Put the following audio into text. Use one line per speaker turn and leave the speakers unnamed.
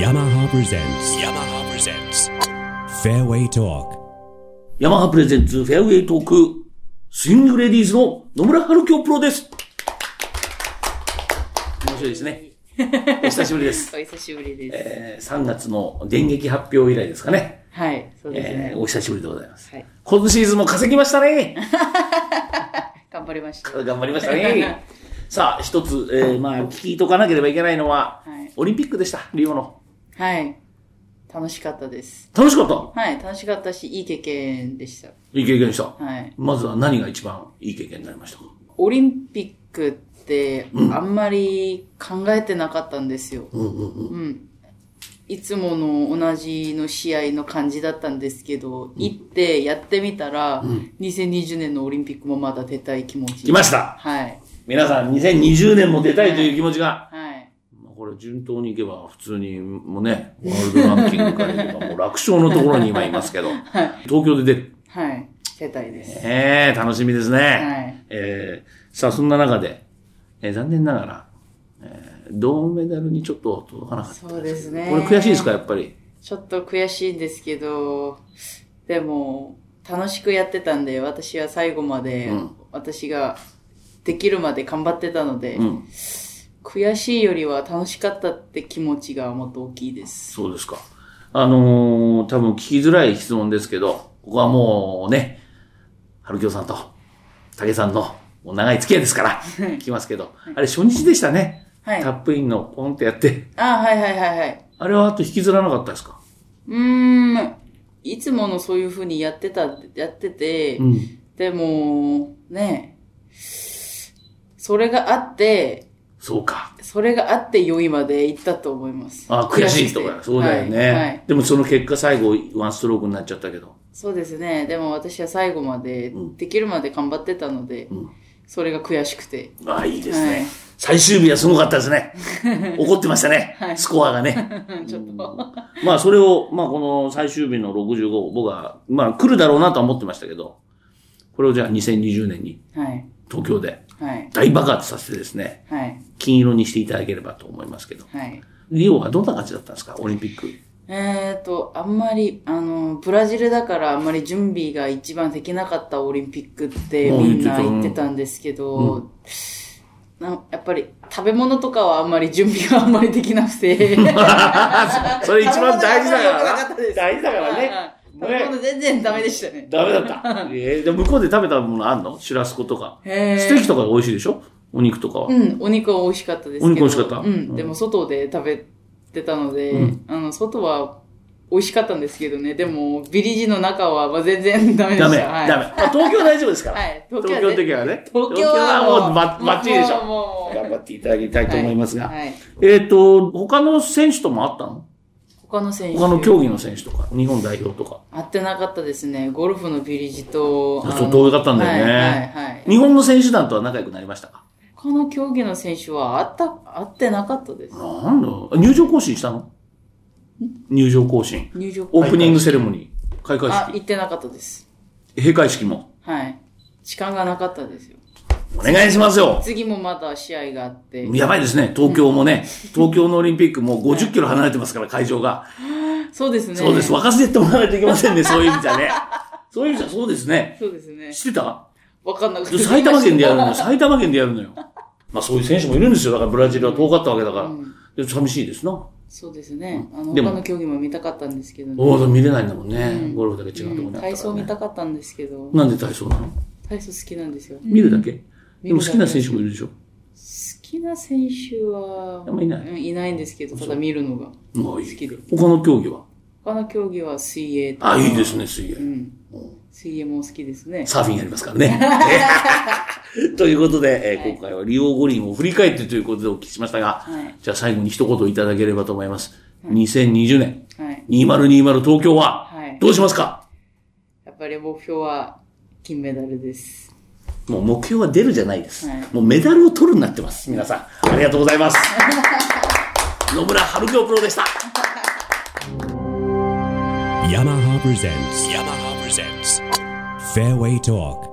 yamaha presents yamaha presents fairway talk
ヤマハプレゼンツフェアウェイトーク、スイングレディーズの野村春京プロです。面白いです ね。お久しぶりです。
お久しぶりです。
えー3月の電撃発表以来ですかね。
はい、そうですね
えー。お久しぶりでございます。
はい、
今シーズンも稼ぎましたね。
頑張りました。
頑張りました ね。さあ、一つ、えーまあ、聞いとかなければいけないのは、
はい
オリンピックでした、リオの。
はい、楽しかったです。
楽しかった。
はい、楽しかったし、いい経験でした。
いい経験でした。
はい、
まずは何が一番いい経験になりましたか
オリンピックって、あんまり考えてなかったんですよ。うんいつもの同じの試合の感じだったんですけど、行ってやってみたら、2020年のオリンピックもまだ出たい気持ち。
来ました
はい、
皆さん、2020年も出たいという気持ちが、
はい、
まあこれ順当にいけば普通にもうね、ワールドランキングから言えばもう楽勝のところに今いますけど、東京で出る。
はい、出たいです。
ええ楽しみですね。
はい
えーさあそんな中で、えー残念ながら、えー銅メダルにちょっと届かなかった。
そうですね。
これ悔しいですか、やっぱり。
ちょっと悔しいんですけど、でも、楽しくやってたんで、私は最後まで、
うん
私ができるまで頑張ってたので、
うん。
悔しいよりは楽しかったって気持ちがもっと大きいです。
そうですか。あのー多分聞きづらい質問ですけど、ここはもうね、春京さんと武さんのもう長い付き合いですから、聞きますけど、あれ初日でしたね。
はい。
タ
あ、
ップインのポンってやって、
はいはいはいはい。
あれはあと引きずらなかったですか
うーん、いつものそういう風にやってた、やってて、
ん。
でも、ね、それがあって、
そうか。
それがあって良いまで行ったと思います。
あ悔しいと
悔しく
か、
て
そうだよね、
はいはい
でもその結果最後、ワンストロークになっちゃったけど。
そうですね。でも私は最後まで、
うん
できるまで頑張ってたので、
ん
それが悔しくて。
ああ、いいですね、
はい
最終日はすごかったですね。 怒ってましたね。スコアがね。
ちょっと。
まあそれを、まあこの最終日の65、僕は、まあ来るだろうなとは思ってましたけど、これをじゃあ2020年に
はい。
東京で
はい。
大爆発させてですね、
はい。
金色にしていただければと思いますけど。
はい。
リオはどんな感じだったんですかオリンピック。
えっ、と、あんまり、あの、ブラジルだからあんまり準備が一番できなかったオリンピックって
うん
みんな
言
言
っ
って
た
てたんですけど、なやっぱり食べ物とかはあんまり準備があんまりできなく て。
それ一番大事だから
食べ物が良くなかった
な。
です
大事だからね。
食べ物全然ダメでしたね。
ダメだった。えー、でも向こうで食べたものあんのシュラスコとか。
へー
ステーキとか美味しいでしょお肉とかは。
うん、お肉は美味しかったですけど。
お肉美味しかった
う
うん
ん、でも外で食べてたので、あの、外は美味しかったんですけどね、でも、ビリジの中はまあ全然ダメで
ダ
し
メ、
た。はい
ダメ。。まあ東京は大丈夫ですから。
はい
東京
東京は
の時はね。
東京は
東京はもう
もう
ばばっちりでしょ。
もうもうもう
頑張っていただきたいと思いますが。
はいはい
えっ、と、他の選手ともあったの
他の選手。
他の競技の選手とか、日本代表とか。
合ってなかったですね。ゴルフのビリジと。
あ
あ
そ
の
う、遠かったんだよね、
はい、はい、はい。
日本の選手団とは仲良くなりましたか
他の競技の選手はあった、合ってなかったです。
なんだ入場行進したの入場行進。
入場
オープニングセレモニー、開会
あ、
式、
行ってなかったです。
閉会式も。
はい。時間がなかったですよ。
お願いしますよ。
次もまだ試合があって。
やばいですね、東京もね、東京のオリンピックもう50キロ離れてますから、会場が。
そうですね。
そうです、沸かせてってもらわないといけませんね、そういう意味じゃね。そういう意味じゃそうですね。
そうですね。
知って た
わかんなくて。
埼玉県でやるのよ、埼玉県でやるのよ。まあそういう選手もいるんですよ、だからブラジルは遠かったわけだから。で寂しいですな。
そうですね。あの、
で
他
も
の競技も見たかったんですけどね。
おお、見れないんだもんね。
ん
ゴルフだけ違うところにあ
うん
ったから、ね
体操見たかったんですけど、
なんで体操なの
体操好きなんですよ。好
見るだけで
見る
も
だ
好
け
きな選手もいるでしょ。
きな選手は、
あんまいない
うんいないんですけど、ただ見るのが。
もうい
好き
い
で。
他の競技は
他の競技は水泳とか。
あ、いいですね、水泳。
うん。水泳も好きですね。
サーフィンやりますから ね。ということで、えー今回はリオ五輪を振り返ってということでお聞きしましたが、
はい
じゃあ最後に一言いただければと思います。2020年、
はい。
2020東京は
はい、
どうしますか、
やっぱり目標は金メダルです。
もう目標は出るじゃないです。
はい
もうメダルを取るになってます。皆さん、ありがとうござい ます。野村春京プロでした。
yamaha presents yamaha presents fairway talk